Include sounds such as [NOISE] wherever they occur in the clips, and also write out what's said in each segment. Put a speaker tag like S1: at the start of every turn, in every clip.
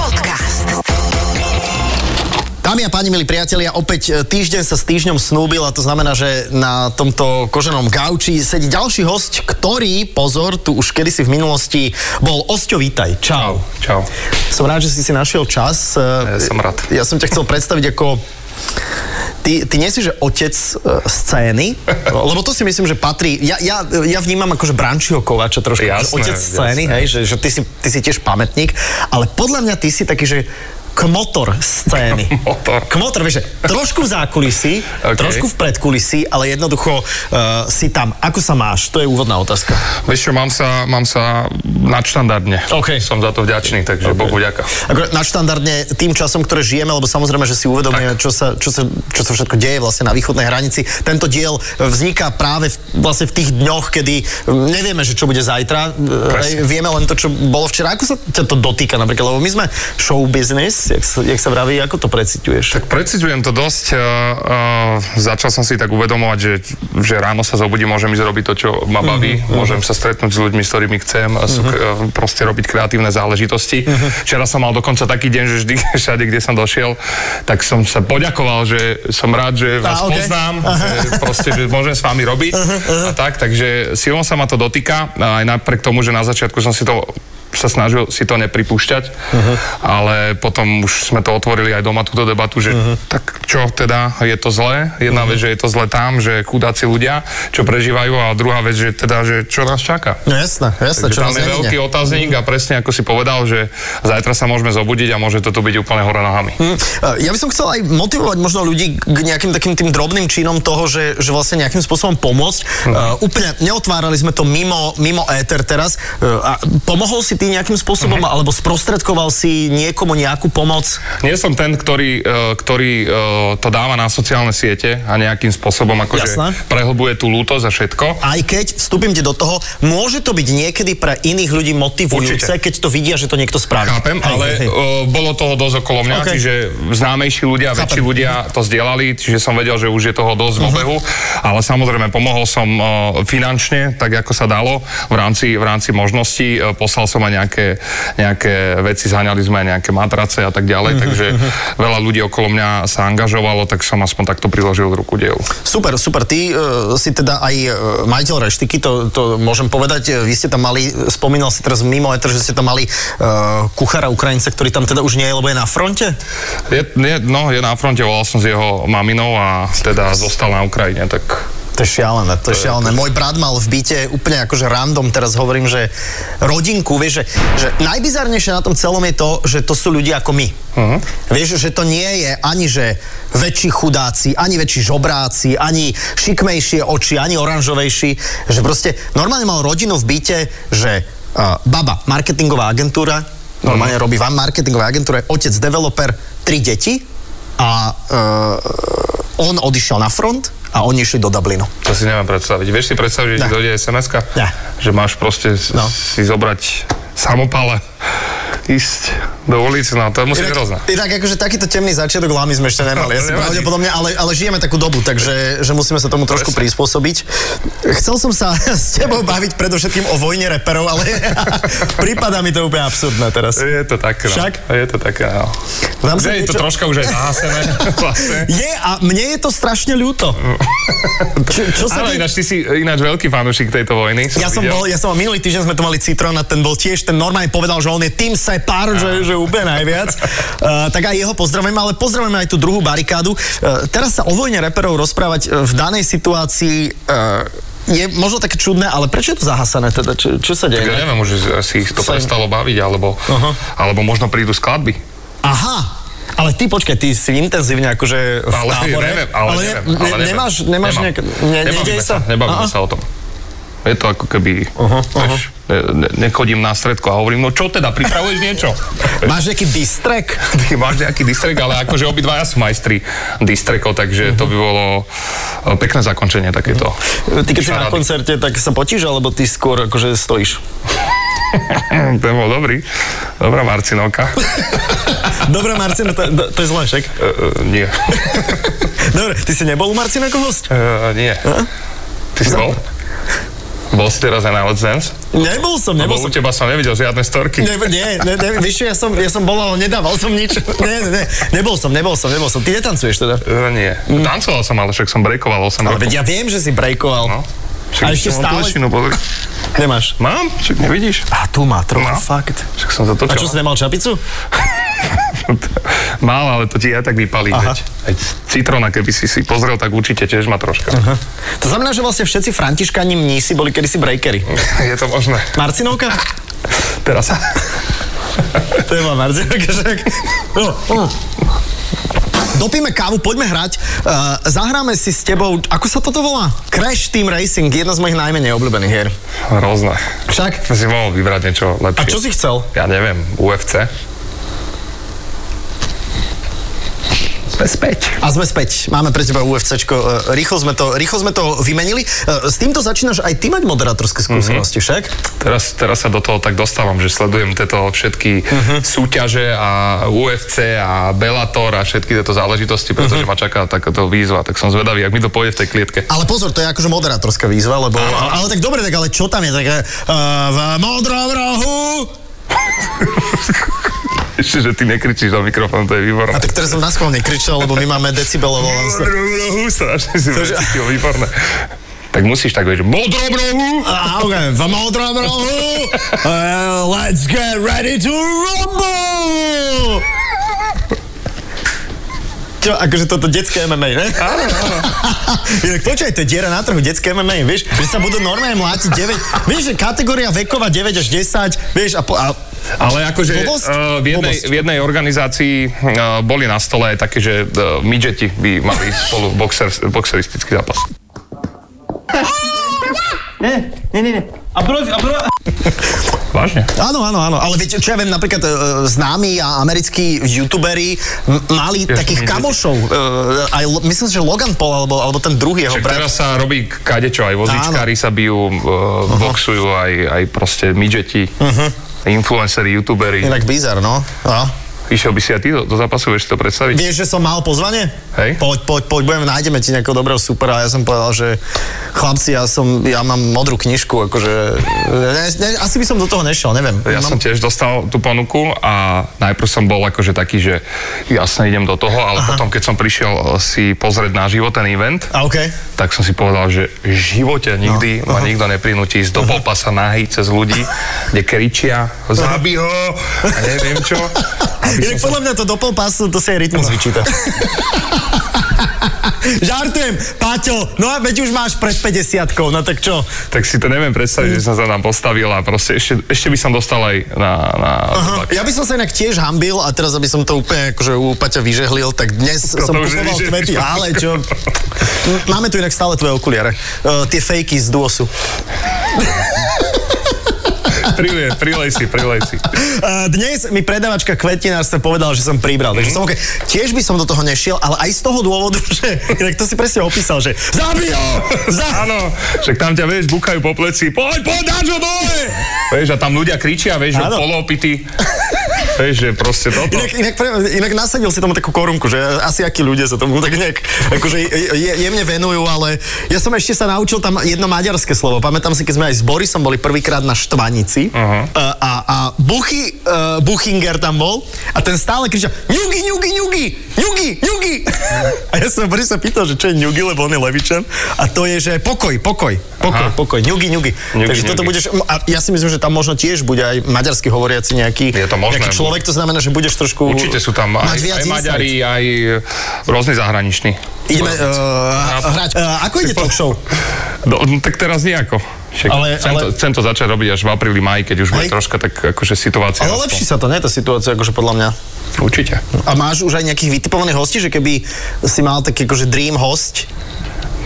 S1: Podcast.
S2: Dámy a páni, milí priatelia, opäť e, týždeň sa s týždňom snúbil a to znamená, že na tomto koženom gauči sedí ďalší host, ktorý, pozor, tu už kedysi v minulosti bol Osťo Vítaj. Čau.
S3: Čau.
S2: Som rád, že si si našiel čas. Eh,
S3: Ja som rád.
S2: Ja som ťa chcel predstaviť ako... Ty, ty nie si, že otec e,
S3: [LAUGHS]
S2: scény? Lebo to si myslím, že patrí... Ja, ja, ja vnímam akože Brančiho Kovača trošku. že
S3: Jasné,
S2: otec scény,
S3: jasné.
S2: hej, že, že ty, si, ty si tiež pamätník. Ale podľa mňa ty si taký, že kmotor scény.
S3: Kmotor.
S2: Kmotor, vieš, že trošku v zákulisí, okay.
S3: Ok.
S2: trošku v predkulisí, ale jednoducho uh, si tam. Ako sa máš? To je úvodná otázka.
S3: Vieš čo, mám sa, mám sa nadštandardne.
S2: OK.
S3: Som za to vďačný, takže okay. Bohu ďaká.
S2: Ako Akože nadštandardne tým časom, ktoré žijeme, lebo samozrejme, že si uvedomujeme, čo sa, čo, sa, čo sa všetko deje vlastne na východnej hranici. Tento diel e, vzniká práve v, vlastne v tých dňoch, kedy nevieme, že čo bude zajtra, Presne. vieme len to, čo bolo včera. Ako sa ťa to dotýka napríklad? Lebo my sme show business, jak sa, jak sa vraví, ako to preciťuješ?
S3: Tak preciťujem to dosť. Uh, uh, začal som si tak uvedomovať, že, že ráno sa zobudím, môžem ísť robiť to, čo
S2: Mhm,
S3: ma baví, uh-huh. môžem sa stretnúť s ľuďmi, s ktorými chcem, uh-huh. sú, uh, proste robiť kreatívne záležitosti.
S2: Mhm.
S3: Uh-huh. Včera som mal dokonca taký deň, že vždy, [LAUGHS] všade, kde som došiel, tak som sa poďakoval, že som rád, že
S2: Á,
S3: vás
S2: ok.
S3: okay. poznám, že proste, že môžem s vami robiť a tak, takže silno sa ma to dotýka, aj napriek tomu, že na začiatku som si to sa snažil si to nepripúšťať, uh-huh. ale potom už sme to otvorili aj doma túto debatu, že uh-huh. tak čo teda je to zlé? Jedna uh-huh. vec, že je to zlé tam, že chudáci ľudia, čo prežívajú a druhá vec, že teda, že čo nás čaká.
S2: No jasné, jasné,
S3: Takže
S2: čo nás
S3: tam je
S2: nemine.
S3: veľký otáznik a presne ako si povedal, že zajtra sa môžeme zobudiť a môže to tu byť úplne hore nohami.
S2: Mm, Ja by som chcel aj motivovať možno ľudí k nejakým takým tým drobným činom toho, že, že vlastne nejakým spôsobom pomôcť.
S3: Mhm.
S2: Uh, úplne neotvárali sme to mimo, mimo éter teraz. Uh, a pomohol si ty nejakým spôsobom,
S3: Mhm.
S2: alebo sprostredkoval si niekomu nejakú pomoc?
S3: Nie som ten, ktorý, e, ktorý e, to dáva na sociálne siete a nejakým spôsobom akože
S2: Jasné.
S3: prehlbuje tú lútosť a všetko.
S2: Aj keď, vstúpim ti do toho, môže to byť niekedy pre iných ľudí motivujúce,
S3: Určite.
S2: keď to vidia, že to niekto spraví.
S3: Chápem,
S2: Hej,
S3: ale
S2: hej.
S3: O, bolo toho dosť okolo mňa,
S2: OK.
S3: okay. čiže známejší ľudia,
S2: Chápem. Mhm.
S3: Chápem. väčší ľudia to zdieľali, čiže som vedel, že už je toho dosť uh-huh. v obehu, ale samozrejme pomohol som o, finančne, tak ako sa dalo, v rámci, v rámci možností, O, poslal som aj nejaké, nejaké veci, zhaňali sme aj nejaké matrace a tak
S2: Mhm,
S3: ďalej, uh-huh. takže veľa ľudí okolo mňa sa angažovalo, tak som aspoň takto priložil ruku dielu.
S2: Super, super. Ty uh, si teda aj uh, majiteľ reštiky, to, to môžem povedať. E, Vy ste tam mali, spomínal si teraz mimo eter, že ste tam mali uh, kuchára Ukrajinca, ktorý tam teda už nie je, lebo je na fronte.
S3: Je, je, no, je na fronte, volal som s jeho maminou a teda zostal na Ukrajine, tak
S2: To je šialené, to je šialené. Môj brat mal v byte úplne akože random, teraz hovorím, že rodinku, vieš, že, že najbizarnejšie na tom celom je to, že to sú ľudia ako my. Uh-huh. Vieš, že to nie je ani, že väčší chudáci, ani väčší žobráci, ani šikmejšie oči, ani oranžovejší, že proste normálne mal rodinu v byte, že uh, baba, marketingová agentúra, normálne robí vám marketingová agentúra, otec developer, tri deti, a uh, on odišiel na front a oni išli do Dublinu.
S3: To si neviem predstaviť. Vieš si predstaviť, že ti
S2: Ne.
S3: dojde sms
S2: Ne.
S3: Že máš proste s-
S2: No.
S3: si zobrať samopale, ísť do ulice, no to musí byť hrozné.
S2: inak akože takýto temný začiatok lámy sme ešte nemali,
S3: No,
S2: asi
S3: nevadí.
S2: pravdepodobne, ale, ale žijeme takú dobu, takže že musíme sa tomu trošku
S3: Presne.
S2: prispôsobiť. Chcel som sa [LAUGHS] s tebou baviť predovšetkým o vojne reperov, ale [LAUGHS] prípada mi to úplne absurdné teraz.
S3: Je to také, no.
S2: Však?
S3: Je to také, no.
S2: Vám
S3: Že
S2: sa
S3: je to
S2: niečo-
S3: troška už aj nahasené. [LAUGHS]
S2: [LAUGHS]
S3: vlastne.
S2: Je a mne je to strašne ľúto. Čo, čo sa
S3: Ale
S2: ti-
S3: ináč, ty si ináč veľký fanúšik tejto vojny.
S2: Ja som
S3: videl.
S2: bol, ja som bol, minulý týždeň sme tu mali Citrón a ten bol tiež, ten normálne povedal, že on je tým separ, že, že úplne najviac.
S3: [LAUGHS]
S2: Uh, tak aj jeho pozdravujeme, ale pozdravujeme aj tú druhú barikádu. Uh, teraz sa o vojne reperov rozprávať uh, v danej situácii uh, je možno také čudné, ale prečo je to zahasané teda? Čo, čo sa
S3: Ja
S2: deje?
S3: neviem, už si ich to
S2: Sem.
S3: prestalo baviť, alebo,
S2: Aha.
S3: alebo možno prídu skladby.
S2: Aha, ale ty počkaj, ty si intenzívne akože v
S3: Ale
S2: tábore.
S3: neviem, ale,
S2: ale,
S3: neviem,
S2: ne-
S3: ale neviem.
S2: nemáš, nemáš
S3: Nemám.
S2: nejak... Ne,
S3: Nebavíme
S2: nedej sa?
S3: Nebavíme
S2: Aha.
S3: sa o tom. Je to ako keby,
S2: Aha,
S3: vieš, ne- ne- nechodím na stredku a hovorím, no čo teda, pripravuješ niečo? [LAUGHS]
S2: Máš nejaký distrek?
S3: Ty máš nejaký distrek, ale akože obidvaja sú majstri distrekov, takže to by bolo e, pekné zakončenie takéto.
S2: Mhm.
S3: [LAUGHS]
S2: Ty keď si na
S3: šarády.
S2: koncerte, tak sa potíš, alebo ty skôr akože stojíš?
S3: Ten bol dobrý. Dobrá Marcinovka.
S2: Dobre, Marcin, to, to- to je zle, však.
S3: E, e, nie.
S2: Dobre, ty si nebol u Marcina ako host?
S3: E, nie. Ty si bol? Bol si teraz aj na Let's Dance?
S2: Nebol som, nebol
S3: Lebo
S2: som.
S3: u teba som nevidel žiadne storky.
S2: Ne, ne, ne, ne, vieš čo, ja som, ja som bol, ale nedával som nič. Ne, ne, ne, nebol som, nebol som, nebol som. Ty netancuješ teda.
S3: E, nie. Tancoval som, ale však som breakoval 8
S2: Ale
S3: rokov.
S2: veď ja viem, že si breakoval.
S3: No. Však
S2: A ešte
S3: som mal
S2: stále-
S3: Tlčinu, pozri.
S2: Nemáš.
S3: Mám? Však nevidíš?
S2: A tu má trochu,
S3: No.
S2: fakt.
S3: Však som to
S2: A
S3: točil.
S2: čo, si nemal čapicu?
S3: [LAUGHS] Mal, ale to ti aj tak vypalí.
S2: Aha.
S3: Veď. Aj citrona, keby si si pozrel, tak určite tiež má troška.
S2: To znamená, že vlastne všetci františkáni mnísi boli kedysi breakery.
S3: [LAUGHS] Je to možné.
S2: Marcinovka?
S3: Teraz.
S2: To je moja [LAUGHS] Marcinovka, však. No, no. Dopíme kávu, poďme hrať. Uh, zahráme si s tebou, ako sa toto volá? Crash Team Racing, jedna z mojich najmenej obľúbených hier.
S3: Hrozné.
S2: Však?
S3: Si mohol vybrať niečo
S2: A
S3: lepšie.
S2: čo si chcel?
S3: Ja neviem, UFC? Späť.
S2: A sme späť. Máme pre teba UFCčko. Eh, Rýchlo sme to, rýchlo sme to vymenili. Eh, S týmto začínaš aj ty mať moderátorské skúsenosti, však?
S3: Teraz, teraz sa do toho tak dostávam, že sledujem tieto všetky súťaže a UFC a Bellator a všetky tieto záležitosti, pretože ma čaká takáto výzva, tak som zvedavý, ak mi to pôjde v tej klietke.
S2: Ale pozor, to je akože moderátorská výzva, lebo... Ale, ale tak dobre, tak ale čo tam je? Tak, eh, v modrom rohu...
S3: Ešte, že ty nekričíš do mikrofónu, to je výborné.
S2: A tak teraz som na schvál nekričal, lebo my máme decibelovo.
S3: Modrobrohu, strašne si to cítil, výborné. Tak musíš tak vedieť, modrobrohu!
S2: A Ah, ok, v modrom rohu... eh, let's get ready to rumble! Čo, akože toto detské MMA, ne?
S3: Áno, áno.
S2: Inak počkaj, to [LAUGHS] je diera na trhu, detské MMA, vieš, že sa budú normálne mlátiť 9, vieš, že kategória veková 9 až 10, vieš, a, po, a
S3: Ale akože
S2: Blbosť?
S3: uh, v, jednej,
S2: Blbosť.
S3: v jednej organizácii uh, boli na stole aj také, že uh, midgeti by mali spolu boxer, boxeristický zápas. Ne, ne, ne, ne. A prosím, a prosím. Vážne?
S2: áno, áno, áno, ale viete, čo ja viem, napríklad e, známi a americkí youtuberi m- mali
S3: Ježiš,
S2: takých
S3: my-
S2: kamošov, e, aj lo- myslím, že Logan Paul, alebo, alebo ten druhý jeho No,
S3: Však
S2: brat.
S3: teraz sa robí kadečo, aj vozičkári sa bijú, uh, boxujú, aj, aj proste midgeti, uh-huh. influenceri, youtuberi.
S2: Inak bizar, no. A.
S3: Išiel by si aj ty do, do zápasu, vieš si to predstaviť?
S2: Vieš, že som mal pozvanie?
S3: Hej.
S2: Poď, poď, poď, budem, nájdeme ti nejakého dobrého supera. A ja som povedal, že chlapci, ja som, ja mám modrú knižku, akože, ne, ne, asi by som do toho nešiel, neviem.
S3: Ja
S2: Mám-
S3: som tiež dostal tú ponuku a najprv som bol akože taký, že jasne idem do toho, ale Aha. potom keď som prišiel eh, si pozrieť na život ten event,
S2: A okej.
S3: tak som si povedal, že v živote nikdy no. ma nikto neprinúti ísť do popasa nahý cez ľudí, kde kričia, zabí ho a neviem čo.
S2: Inak podľa mňa to do polpasu, to si aj rytmus [LAUGHS] vyčíta. Žartujem, Paťo, no a veď už máš pred 50 no tak čo?
S3: Tak si to neviem predstaviť, že som sa tam postavil a proste ešte, ešte by som dostal aj na... na
S2: Aha. Ja by som sa inak tiež hambil a teraz, aby som to úplne akože u Paťa vyžehlil, tak dnes
S3: Toto
S2: som
S3: už
S2: kupoval
S3: nevyžehlíš.
S2: kvety, ale
S3: [LAUGHS]
S2: čo? Máme tu inak stále tvoje okuliare. Uh, tie fejky z duosu.
S3: Prilej, prilej si, prilej si.
S2: Uh, dnes mi predavačka kvetinárstva povedala, že som pribral,
S3: Mhm.
S2: takže som okay. Tiež by som do toho nešiel, ale aj z toho dôvodu, [LAUGHS] že inak to si presne opísal, že zabijú! [LAUGHS] Za...
S3: Áno, však tam ťa, vieš, bukajú po pleci. Poď, poď, dáš ho dole! Vieš, a tam ľudia kričia, vieš, že
S2: Áno.
S3: polopity. Vieš, že proste toto.
S2: Inak, inak, pre, inak nasadil si tomu takú korunku, že asi akí ľudia sa tomu tak nejak akože je, jemne venujú, ale ja som ešte sa naučil tam jedno maďarské slovo. Pamätám si, keď sme aj s Borisom boli prvýkrát na Štvanici
S3: Aha.
S2: a, a, a Buchy, uh, Buchinger tam bol a ten stále kričal ňugi, ňugi, ňugi, ňugi, ňugi. [LAUGHS] A ja som Borisa pýtal, že čo je ňugi, lebo on je levičan a to je, že pokoj, pokoj, pokoj,
S3: Aha.
S2: pokoj, ňugi, ňugi.
S3: Ňugi,
S2: Takže toto
S3: ňugi.
S2: budeš, a ja si myslím, že tam možno tiež bude aj maďarsky hovoriaci nejaký,
S3: Je to možné.
S2: nejaký človek, to znamená, že budeš trošku
S3: Určite sú tam aj,
S2: Mať viac
S3: aj
S2: insight.
S3: Maďari, aj e, rôzni zahraniční.
S2: Ideme uh, hrať. Uh, ako ide
S3: [LAUGHS]
S2: talk show?
S3: No, no, tak teraz nejako. Však
S2: Ale-
S3: ale, chcem,
S2: ale-
S3: To, chcem to začať robiť až v apríli, maji, keď už bude
S2: Hej.
S3: troška tak akože situácia.
S2: Ale
S3: aspoň.
S2: lepší sa to, nie? Tá situácia, akože podľa mňa.
S3: Určite.
S2: A máš už aj nejakých vytipovaných hostí, že keby si mal taký akože dream host?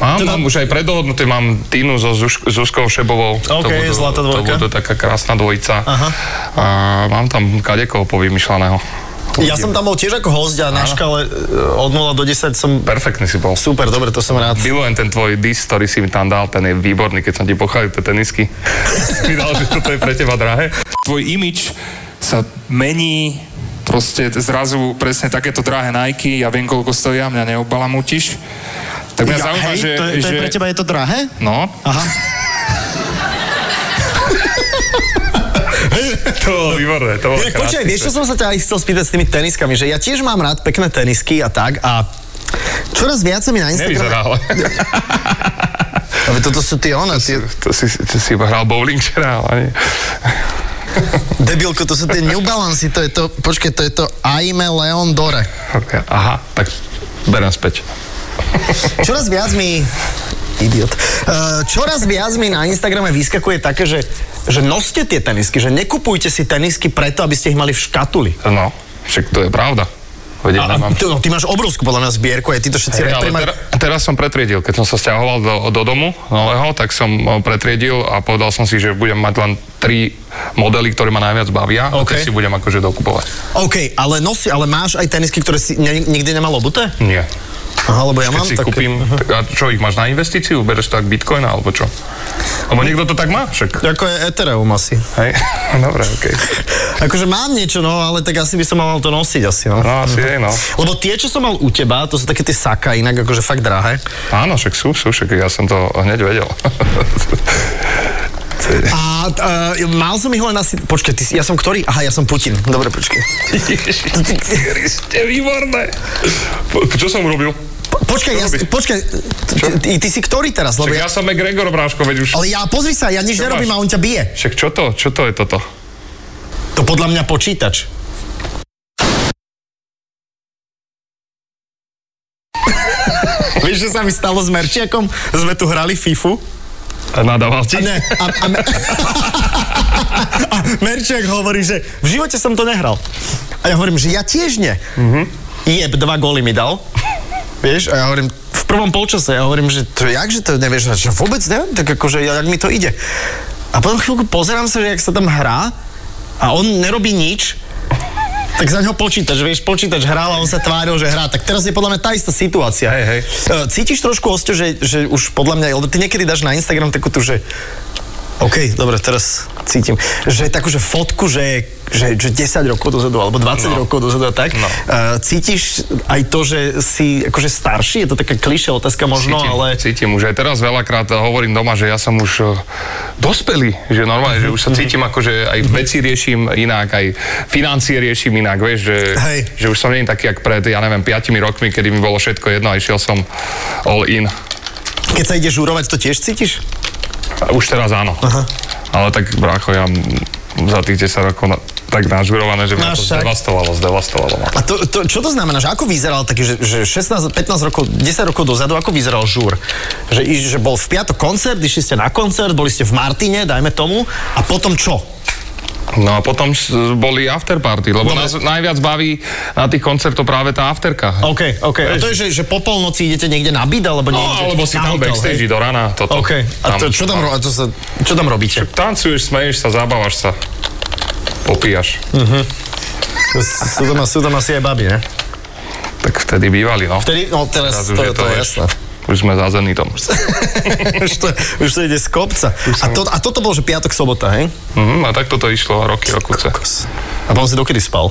S3: Mám,
S2: Teda-
S3: mám už aj predohodnuté, mám Tínu so Zuš- Zuzkou Šebovou.
S2: OK, zlatá
S3: to
S2: dvojka.
S3: budú taká krásna dvojica.
S2: Aha.
S3: A mám tam kadekoho povymyšľaného.
S2: Ja som tam bol tiež ako host a na škále eh, od 0 do 10 som...
S3: Perfektný si bol.
S2: Super, dobre, to som rád.
S3: Milujem ten tvoj dis, ktorý [LAUGHS] si mi tam dal, ten je výborný, keď som ti pochálil tie tenisky. si mi dal, že toto je pre teba drahé. tvoj imič sa mení, proste zrazu presne takéto drahé Nike, ja viem, koľko stoja, mňa neobalamútiš. Tak mňa
S2: Ja,
S3: zaujíma,
S2: hej,
S3: že...
S2: to, je, to
S3: že...
S2: je pre teba je to drahé?
S3: No,
S2: Aha.
S3: [LAUGHS] to bolo výborné, to bolo
S2: Inak počkaj, vieš, čo som sa ťa aj chcel spýtať s tými teniskami, že ja tiež mám rád pekné tenisky a tak a čoraz viac sa mi na Instagrame...
S3: Nevyzerá, ale...
S2: Ale toto sú tie one, tie
S3: To si, to si iba hral bowling včera, ale nie. [LAUGHS]
S2: debilko, to sú tie New Balance, to je to, počkaj, to je to Aime Leon Dore.
S3: Aha, tak berem späť.
S2: Čoraz viac mi... Idiot. Uh, čoraz viac mi na Instagrame vyskakuje také, že, že noste tie tenisky, že nekupujte si tenisky preto, aby ste ich mali v škatuli.
S3: No, však to je pravda. Veď ja
S2: A, a
S3: nemám.
S2: ty, no, ty máš obrovskú podľa nás zbierku, aj ty to všetci
S3: Hej, ale
S2: reprimajú.
S3: tera, teraz som pretriedil, keď som sa stiahoval do, do domu nového, tak som o, pretriedil a povedal som si, že budem mať len tri modely, ktoré ma najviac bavia a
S2: OK.
S3: tie si budem akože dokupovať.
S2: OK, ale nosi, ale máš aj tenisky, ktoré si ne, nikdy nemal obuté?
S3: Nie.
S2: Aha, lebo ja
S3: Keď
S2: mám
S3: si
S2: také.
S3: kúpim, tak, a čo ich máš na investíciu? Bereš tak bitcoin alebo čo?
S2: No.
S3: Lebo niekto to tak má však.
S2: Ako je Ethereum asi.
S3: Hej, [LAUGHS] dobre, okej.
S2: Akože mám niečo, no, ale tak asi by som mal to nosiť asi, no.
S3: No asi je, no.
S2: Lebo tie, čo som mal u teba, to sú také tie saka, inak akože fakt drahé.
S3: Áno, však sú, sú, však ja som to hneď vedel. [LAUGHS]
S2: A uh, mal som ich len asi... Počkaj, ty, si- ja som ktorý? Aha, ja som Putin. Dobre, počkaj.
S3: Ježiši, ste výborné. Po, čo som urobil?
S2: Po, počkaj,
S3: Čo
S2: ja,
S3: robíš?
S2: počkaj, ty, ty, ty si ktorý teraz? Lebo
S3: Však
S2: ja,
S3: ja som McGregor Bráško, veď už.
S2: ale ja, pozri sa, ja nič
S3: Čo
S2: nerobím
S3: máš?
S2: a on ťa bije.
S3: Však čo to, čo to je toto?
S2: To podľa mňa počítač. Vieš, čo sa mi stalo s Merčiakom? Sme tu hrali FIFU.
S3: A Nadával ti?
S2: A ne, a, a, me- [LAUGHS] a Merčiak hovorí, že v živote som to nehral. A ja hovorím, že ja tiež nie. Mm-hmm. Jeb, dva góly mi dal. Vieš, a ja hovorím, v prvom polčase, ja hovorím, že to, jak, že to nevieš, hrať? že vôbec neviem, tak akože, ja- jak mi to ide. A potom chvíľku pozerám sa, že jak sa tam hrá a on nerobí nič, tak za ňo počítač, vieš, počítač hral a on sa tváril, že hrá. Tak teraz je podľa mňa tá istá situácia.
S3: Hej, hej.
S2: E, Cítiš trošku, Osťo, že, že už podľa mňa, lebo ty niekedy dáš na Instagram takú tú, že OK, dobre, teraz cítim, že takú, že fotku, že, že, že 10 rokov dozadu, alebo 20 no.
S3: No.
S2: rokov dozadu a tak.
S3: No.
S2: E, Cítiš aj to, že si akože starší? Je to taká klišé otázka možno,
S3: cítim,
S2: no, ale...
S3: cítim už aj teraz veľakrát eh, hovorím doma, že ja som už eh, dospelý, že
S2: Mhm,
S3: normálne, že už sa cítim ako, že aj veci riešim inak, aj financie riešim inak, vieš, že,
S2: Hej.
S3: že už som nie taký, jak pred, ja neviem, 5 rokmi, kedy mi bolo všetko jedno a išiel som all in.
S2: Keď sa ideš žurovať, to tiež cítiš?
S3: A Už teraz áno. Aha. Ale tak, brácho, ja m- za tých 10 rokov na, tak nažurované, že ma
S2: Máš
S3: to
S2: tak.
S3: zdevastovalo, zdevastovalo ma. to.
S2: A to, to, čo to znamená, že ako vyzeral taký, že, že 16, 15 rokov, 10 rokov dozadu, ako vyzeral žúr? Že, i- že bol v piatok koncert, išli ste na koncert, boli ste v Martine, dajme tomu, a potom čo?
S3: No a potom s- boli afterparty, lebo
S2: Dobre.
S3: nás najviac baví na tých koncertoch práve tá afterka.
S2: OK, OK. A to je, že, že po polnoci idete niekde na byt, alebo
S3: No,
S2: niekde
S3: alebo si
S2: na
S3: tam
S2: hotel, hej?
S3: backstage do rana. Toto.
S2: OK. A to, čo, tam, ro- a to sa, čo tam robíte?
S3: Tancuješ, smeješ sa, zabávaš sa. Popíjaš.
S2: Sú tam, sú tam asi aj baby, ne?
S3: Tak vtedy bývali, no.
S2: Vtedy, no teraz, to,
S3: Teraz už
S2: to,
S3: je to,
S2: je
S3: vieš,
S2: jasné. [LAUGHS]
S3: Už sme za Zenitom.
S2: už, to, už to ide z kopca. A, to, a toto bol, že piatok, sobota, hej?
S3: Mhm, a takto to išlo roky, rokuce.
S2: A potom si dokedy spal?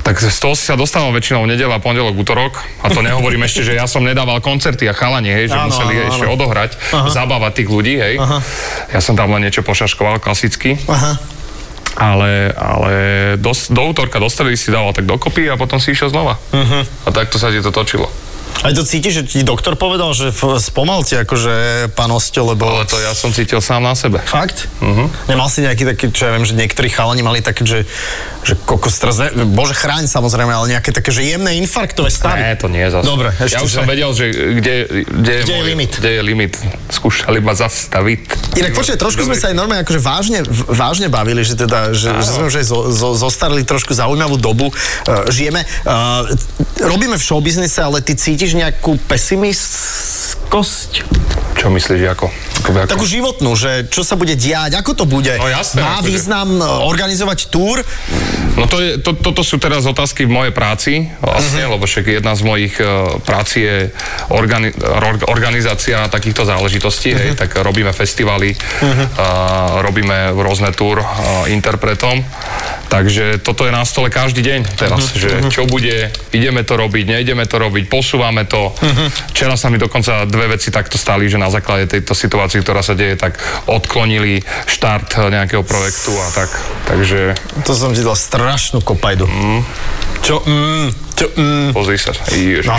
S3: Tak z toho si sa dostával väčšinou nedela, pondelok, útorok. A to nehovorím [LAUGHS] ešte, že ja som nedával koncerty a chalani, hej, že
S2: Áno,
S3: áno, museli
S2: áno,
S3: áno, ešte
S2: áno.
S3: odohrať,
S2: Aha.
S3: Aha. zabávať tých ľudí, hej.
S2: Aha.
S3: Aha. Ja som tam len niečo pošaškoval klasicky.
S2: Aha.
S3: Ale, ale do, do útorka do stredy si dával tak dokopy a potom si išiel znova.
S2: Mhm.
S3: Uh-huh. A takto sa ti to točilo.
S2: Aj to cítiš, že ti doktor povedal, že f- spomalte akože pán Osťo, lebo...
S3: Ale to ja som cítil sám na sebe.
S2: Fakt? Uh-huh. Nemal si nejaký taký, čo ja viem, že niektorí chalani mali také, že, že kokos teraz, ne, bože chráň samozrejme, ale nejaké také, že jemné infarktové stavy.
S3: Ne, to nie je zase.
S2: Dobre, ešte,
S3: ja už
S2: že?
S3: som vedel, že kde, kde,
S2: Kde je limit?
S3: Kde je limit. Skúšali ma zastaviť.
S2: Inak počkaj, trošku sme sa aj normálne akože vážne, v- vážne bavili, že teda, že, že sme už aj zo, zo, zostarili trošku zaujímavú dobu, uh, žijeme, uh, robíme v showbiznise, ale ty cítiš nejakú pesimistkosť?
S3: Čo myslíš, ako? akoby ako...
S2: takú životnú, že čo sa bude diať, ako to bude.
S3: No jasné,
S2: Má
S3: akože.
S2: význam e, organizovať túr?
S3: No to je, to, toto sú teraz otázky v mojej práci, vlastne, lebo však jedna z mojich uh, práci je organi- or- organizácia takýchto záležitostí, hej, tak robíme festivaly, uh, robíme rôzne túr uh, interpretom, takže toto je na stole každý deň teraz, že čo bude, ideme to robiť, neideme to robiť, posúvame to. Včera sa mi dokonca dve veci takto stali, že na základe tejto situácie, ktorá sa deje, tak odklonili štart eh, nejakého projektu a tak, takže...
S2: To som ti dal strašnú kopajdu. Mm. Čo? Mm, čo? Mm.
S3: Pozri sa. Ježiš.
S2: No.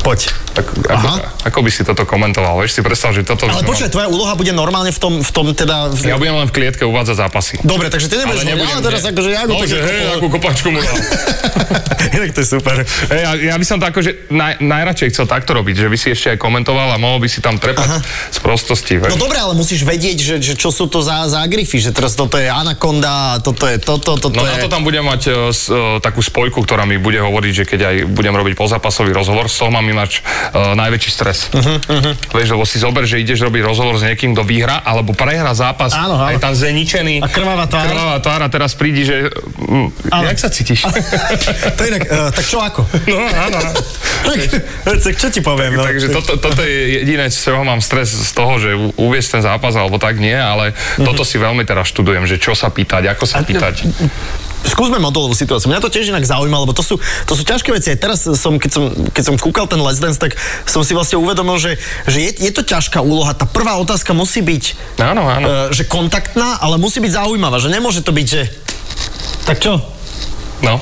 S2: Poď.
S3: Ako, ako,
S2: Aha.
S3: ako by si toto komentoval? Vieš si predstav, že toto... by
S2: Ale
S3: sme
S2: počkaj, tvoja úloha bude normálne v tom, v tom teda...
S3: mali- No. Ja
S2: V...
S3: budem len v klietke uvádzať zápasy.
S2: Dobre, takže ty nebudeš... hovoriť, ale teraz
S3: nie.
S2: akože ja
S3: no, že, hej, akú [LAUGHS] kopačku mu
S2: [LAUGHS]
S3: dal.
S2: Inak to je super.
S3: Hej, ja, ja by som to akože naj, najradšej chcel takto robiť, že by si ešte aj komentoval a mohol by si tam trepať z prostosti.
S2: No
S3: Vieš.
S2: dobre, ale musíš vedieť, že, že čo sú to za, za grify, že teraz toto je anakonda, toto je toto, toto
S3: No
S2: je...
S3: na to tam budem mať e, s, e, takú spojku, ktorá mi bude hovoriť, že keď aj budem robiť pozápasový rozhovor, z toho mám ináč uh, najväčší stres. Uh-huh, uh-huh. Vieš, lebo si zober, že ideš robiť rozhovor s niekým, kto vyhra alebo prehra zápas,
S2: Áno,
S3: a je
S2: áno.
S3: tam zeničený.
S2: A krvavá tvár.
S3: Krvavá tvár a teraz prídi, že... Mm,
S2: Áno.
S3: jak sa cítiš?
S2: [LAUGHS] to je inak, uh, tak čo ako?
S3: [LAUGHS] no, áno.
S2: tak, tak čo ti poviem? No?
S3: Takže toto, toto je jediné, z čoho mám stres z toho, že u- uviesť ten zápas alebo tak nie, ale
S2: Mhm.
S3: toto si veľmi teraz študujem, že čo sa pýtať, ako sa pýtať.
S2: Skúsme modelovú situáciu. Mňa to tiež inak zaujíma, lebo to sú, to sú ťažké veci. Aj teraz som, keď som, keď som kúkal ten Let's Dance, tak som si vlastne uvedomil, že, že je, je to ťažká úloha. Tá prvá otázka musí byť,
S3: Áno, áno.
S2: uh, že kontaktná, ale musí byť zaujímavá. Že nemôže to byť, že... Tak čo?
S3: No.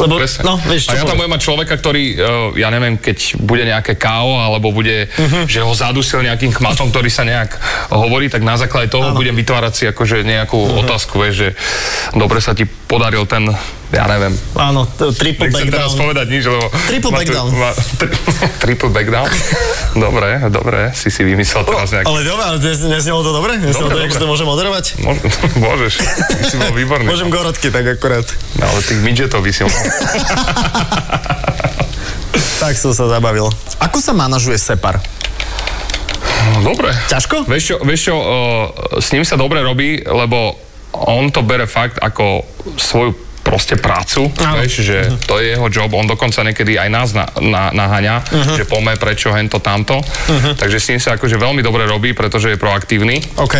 S2: Lebo-
S3: Presne.
S2: no, vieš, čo
S3: a ja tam
S2: povedať.
S3: budem mať človeka, ktorý, eh, ja neviem, keď bude nejaké KO, alebo bude,
S2: Mhm.
S3: že ho zadusil nejakým chmatom, ktorý sa nejak hovorí, tak na základe toho budem vytvárať si akože nejakú
S2: Mhm.
S3: otázku, vieš, že dobre sa ti podaril ten, ja neviem,
S2: Áno, t- triple
S3: nechcem teraz
S2: backdown.
S3: povedať nič, lebo...
S2: Triple
S3: ma tu-
S2: backdown.
S3: ma- tri- triple backdown? dobre, dobre, si si vymyslel teraz nejaký...
S2: Ale dobre, ale dnes- nesnelo to dobre? Nesnelo
S3: Dobre,
S2: to, že
S3: dobre.
S2: to môžem moderovať?
S3: Mo- [LAUGHS] Môžeš, ty si bol výborný.
S2: Môžem gorodky, tak akurát.
S3: No, ale tých midgetov by si mal.
S2: [LAUGHS] Tak som sa zabavil. Ako sa manažuje Separ?
S3: No, dobre.
S2: Ťažko?
S3: Vieš čo, vieš čo uh, s ním sa dobre robí, lebo on to bere fakt ako svoju proste prácu,
S2: Áno. Mhm.
S3: vieš, že to je jeho job, on dokonca niekedy aj nás na, na, naháňa,
S2: Mhm.
S3: že pome, prečo, hento, tamto, takže s ním sa akože veľmi dobre robí, pretože je proaktívny,
S2: OK.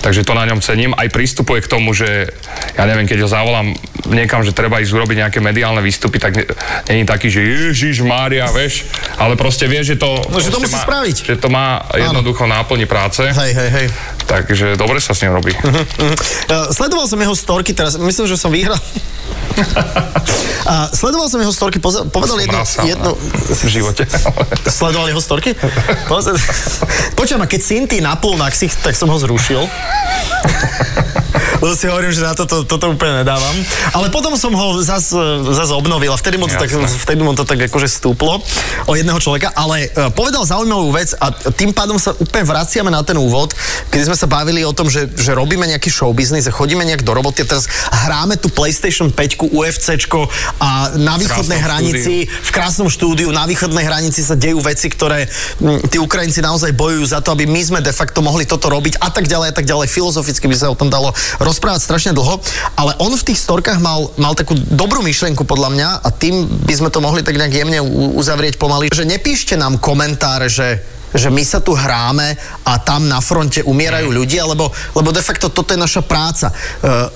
S3: takže to na ňom cením, aj prístupuje k tomu, že ja neviem, keď ho zavolám niekam, že treba ísť urobiť nejaké mediálne výstupy, tak ne- není taký, že Ježiš Mária, vieš, ale proste vie, že to...
S2: No, že to
S3: proste
S2: musí
S3: má,
S2: spraviť.
S3: Že to má jednoducho náplni práce.
S2: Hej, hej, hej.
S3: Takže dobre sa s ním robí.
S2: Mhm. Uh, sledoval som jeho storky teraz, myslím, že som
S3: [LAUGHS]
S2: vyhral. A sledoval som jeho storky, poza- povedal jednu,
S3: Mrasa,
S2: jednu...
S3: no. v živote.
S2: [LAUGHS] Sledoval jeho
S3: [LAUGHS]
S2: storky? Poza- Počujem, a keď Cinti napol na ksich, tak som ho zrušil. Lebo si hovorím, že na toto, toto úplne nedávam. Ale potom som ho zase zas obnovil a vtedy mu, to tak,
S3: Jasné.
S2: vtedy mu to tak akože stúplo o jedného človeka, ale e, povedal zaujímavú vec a tým pádom sa úplne vraciame na ten úvod, kedy sme sa bavili o tom, že, že robíme nejaký show business a chodíme nejak do roboty a teraz hráme tu PlayStation 5, UFCčko a na východnej
S3: krásnom
S2: hranici v krásnom štúdiu na východnej hranici sa dejú veci, ktoré mm, tí Ukrajinci naozaj bojujú za to, aby my sme de facto mohli toto robiť a tak ďalej a tak ďalej. Filozoficky by sa o tom dalo rozprávať strašne dlho, ale on v tých storkách mal, mal takú dobrú myšlienku podľa mňa a tým by sme to mohli tak nejak jemne u- uzavrieť pomaly, že nepíšte nám komentár, že že my sa tu hráme a tam na fronte
S3: Mm.
S2: umierajú ľudia, lebo, lebo de facto toto je naša práca. E,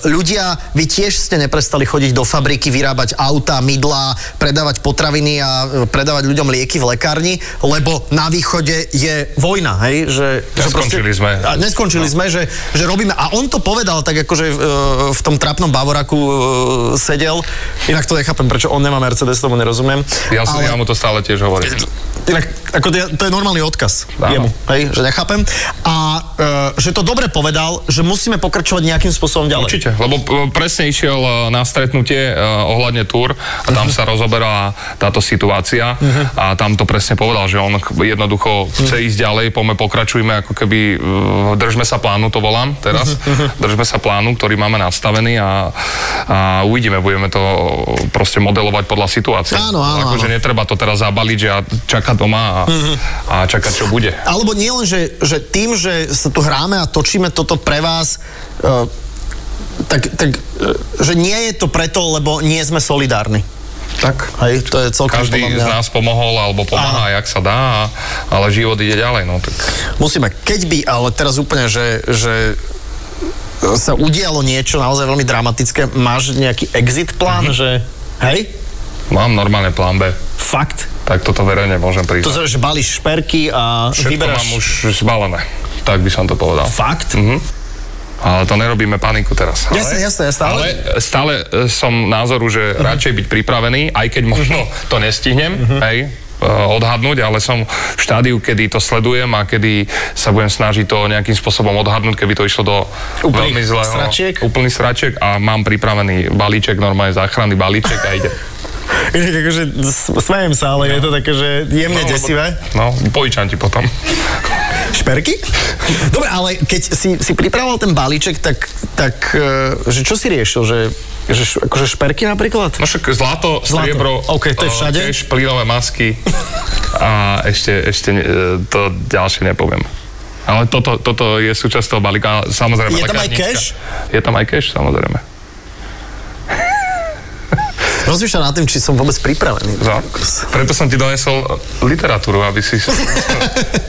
S2: ľudia, vy tiež ste neprestali chodiť do fabriky, vyrábať auta, mydlá, predávať potraviny a e, predávať ľuďom lieky v lekárni, lebo na východe je vojna, hej? Že, že
S3: Neskončili sme. No.
S2: A neskončili sme, že, že robíme. A on to povedal tak, akože v, e, v tom trapnom bavoraku e, sedel. Inak to nechápem, prečo on nemá Mercedes, tomu nerozumiem.
S3: Ja, som, ja mu to stále tiež hovorím.
S2: Inak, ako to je, to je normálny odkaz
S3: Áno.
S2: jemu, hej, že nechápem. A e, že to dobre povedal, že musíme pokračovať nejakým spôsobom ďalej.
S3: Určite, lebo e, presne išiel e, na stretnutie e, ohľadne túr a
S2: Mhm.
S3: tam sa rozoberala táto situácia a tam to presne povedal, že on k-
S2: Mhm.
S3: jednoducho chce ísť ďalej, poďme pokračujme, ako keby e, držme sa plánu, to volám teraz,
S2: Mhm,
S3: držme sa plánu, ktorý máme nastavený a, a uvidíme, budeme to proste modelovať podľa situácie.
S2: Áno, Mhm. áno,
S3: Akože netreba to teraz zabaliť, že a čaká doma a a, a čakať, čo bude.
S2: Alebo nie len, že, že tým, že sa tu hráme a točíme toto pre vás, e, tak, tak e, že nie je to preto, lebo nie sme solidárni.
S3: Tak.
S2: Hej, to je celkom
S3: Každý
S2: podľa
S3: z
S2: mňa.
S3: nás pomohol alebo pomáha, jak sa dá, a- ale život ide ďalej. No, tak.
S2: Musíme. Keď by, ale teraz úplne, že, že sa udialo niečo naozaj veľmi dramatické, máš nejaký exit plán,
S3: Mhm.
S2: mm-hmm. že hej,
S3: Mám normálne plán B,
S2: fakt,
S3: tak toto verejne môžem
S2: to
S3: priznať.
S2: znamená, že balíš šperky a
S3: Všetko
S2: vyberáš
S3: mám už zbalené, tak by som to povedal. Mhm.
S2: fakt? Mm-hmm.
S3: Ale to nerobíme paniku teraz. Ale,
S2: Jasné, jasné, jasné, ale- Mhm.
S3: Ale stále e, som názoru, že uh-huh. radšej byť pripravený, aj keď možno to nestihnem, uh-huh. hej, e, odhadnúť, ale som v štádiu, kedy to sledujem a kedy sa budem snažiť to nejakým spôsobom odhadnúť, keby to išlo do
S2: Úplných
S3: veľmi zlého.
S2: sračiek?
S3: Úplný sračiek a mám pripravený balíček, normálne záchranný balíček a
S2: [LAUGHS]
S3: ide.
S2: Akože, s- smejem sa, ale je to také, že jemne
S3: No, lebo-
S2: desivé.
S3: No, pojičam ti potom.
S2: Šperky? Dobre, ale keď si, si pripravoval ten balíček, tak, tak e, že čo si riešil? Že, že š- akože šperky napríklad?
S3: No však
S2: Zlato.
S3: zlato, striebro,
S2: OK, to je
S3: eh,
S2: všade?
S3: Tiež plynové
S2: [LAUGHS]
S3: masky a ešte, ešte ne- eh, to ďalšie nepoviem. Ale toto, toto je súčasť toho balíka, a samozrejme.
S2: Je
S3: tá
S2: tam aj
S3: kartnička.
S2: cash?
S3: Je tam aj cash, samozrejme.
S2: Rozmýšľam nad tým, či som vôbec pripravený.
S3: Za. Preto som ti donesol literatúru, aby si
S2: [LAUGHS]
S3: si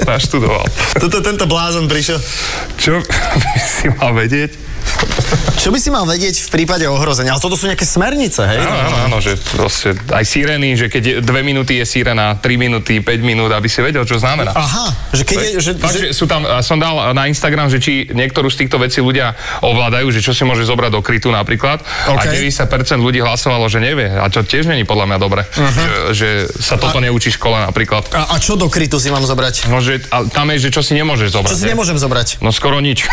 S3: naštudoval.
S2: Toto, tento blázon prišiel.
S3: Čo by si mal vedieť?
S2: Čo by si mal vedieť v prípade ohrozenia? Ale toto sú nejaké smernice, hej?
S3: Áno, áno, áno, že proste aj sireny, že keď je, dve minúty je sirena, tri minúty, 5 minút, aby si vedel, čo znamená.
S2: Aha, že keď je, že,
S3: Fakt,
S2: že,
S3: že sú tam, a som dal na Instagram, že či niektorú z týchto vecí ľudia ovládajú, že čo si môže zobrať do krytu napríklad.
S2: OK.
S3: A 90% ľudí hlasovalo, že nevie. A to tiež není podľa mňa dobre, uh-huh. že, že sa toto a... neučí škola napríklad.
S2: a, a čo do krytu si mám zobrať?
S3: Môže, a tam je, že čo si nemôžeš zobrať.
S2: Čo si
S3: nie?
S2: nemôžem zobrať?
S3: No skoro
S2: [LAUGHS]
S3: nič.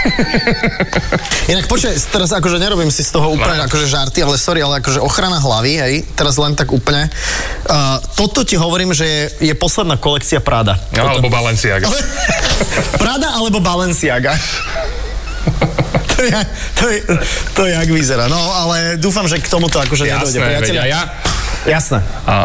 S2: Inak počkaj, teraz akože nerobím si z toho úplne
S3: No.
S2: akože žarty, ale sorry, ale akože ochrana hlavy, hej, teraz len tak úplne. Uh, toto ti hovorím, že je, je posledná kolekcia Prada. [LAUGHS]
S3: No, alebo Balenciaga.
S2: Ale- Prada alebo Balenciaga? [LAUGHS] To je, to, je, to je, jak vyzerá. No, ale dúfam, že k tomuto akože nedojde,
S3: Jasné, veď
S2: priatelia.
S3: a ja
S2: Jasné.
S3: a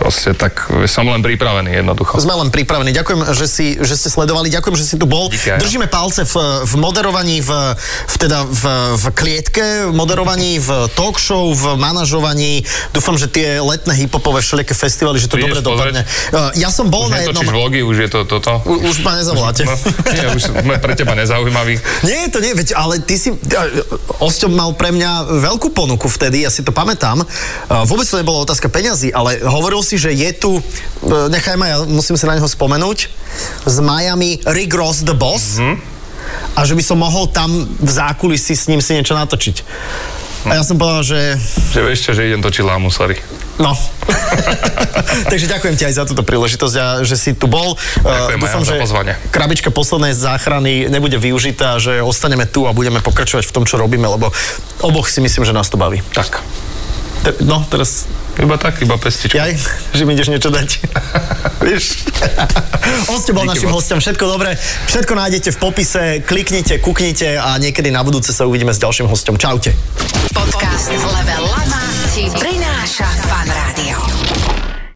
S3: proste tak som len pripravený jednoducho.
S2: Sme len pripravení. Ďakujem, že, si, že ste sledovali, ďakujem, že si tu bol.
S3: Díky aj ja.
S2: Držíme palce v, v moderovaní, v, v, teda v, v klietke, v moderovaní, v talk show, v manažovaní. Dúfam, že tie letné hiphopové všelijaké festivaly, že to
S3: Prídeš
S2: dobre dopadne.
S3: pozrieť?
S2: Eh, Ja som bol na jednom...
S3: Netočíš vlogy, už je to toto?
S2: U- už ma nezavoláte.
S3: No, nie, už sme pre teba nezaujímaví.
S2: Nie, to nie, veď, ale ty si... Osťo mal pre mňa veľkú ponuku vtedy, ja si to pamätám. Uh, Vôbec to nebola otázka peňazí, ale hovoril si, že je tu, uh, nechaj ma, ja musím sa na neho spomenúť, s Miami Rick Ross the Boss mm-hmm. a že by som mohol tam v zákulisí s ním si niečo natočiť. A ja som povedal, že
S3: Že vieš čo, že idem točiť lámu, sorry.
S2: no. [LAUGHS] Takže ďakujem ti aj za túto príležitosť, a že si tu bol. Uh,
S3: Ďakujem aj vám za pozvanie.
S2: krabička poslednej záchrany nebude využitá, že ostaneme tu a budeme pokračovať v tom, čo robíme, lebo oboch si myslím, že nás to baví.
S3: Tak.
S2: Te, no, teraz...
S3: Iba tak, iba pestičku.
S2: Jaj, [LAUGHS] že mi ideš niečo
S3: [LAUGHS]
S2: dať. [LAUGHS]
S3: Vieš?
S2: Oste bol
S3: Díky
S2: našim
S3: moc.
S2: hostom, všetko dobré. Všetko nájdete v popise, kliknite, kuknite a niekedy na budúce sa uvidíme s ďalším hostom. Čaute.
S1: Podcast Level Lama ti prináša Fan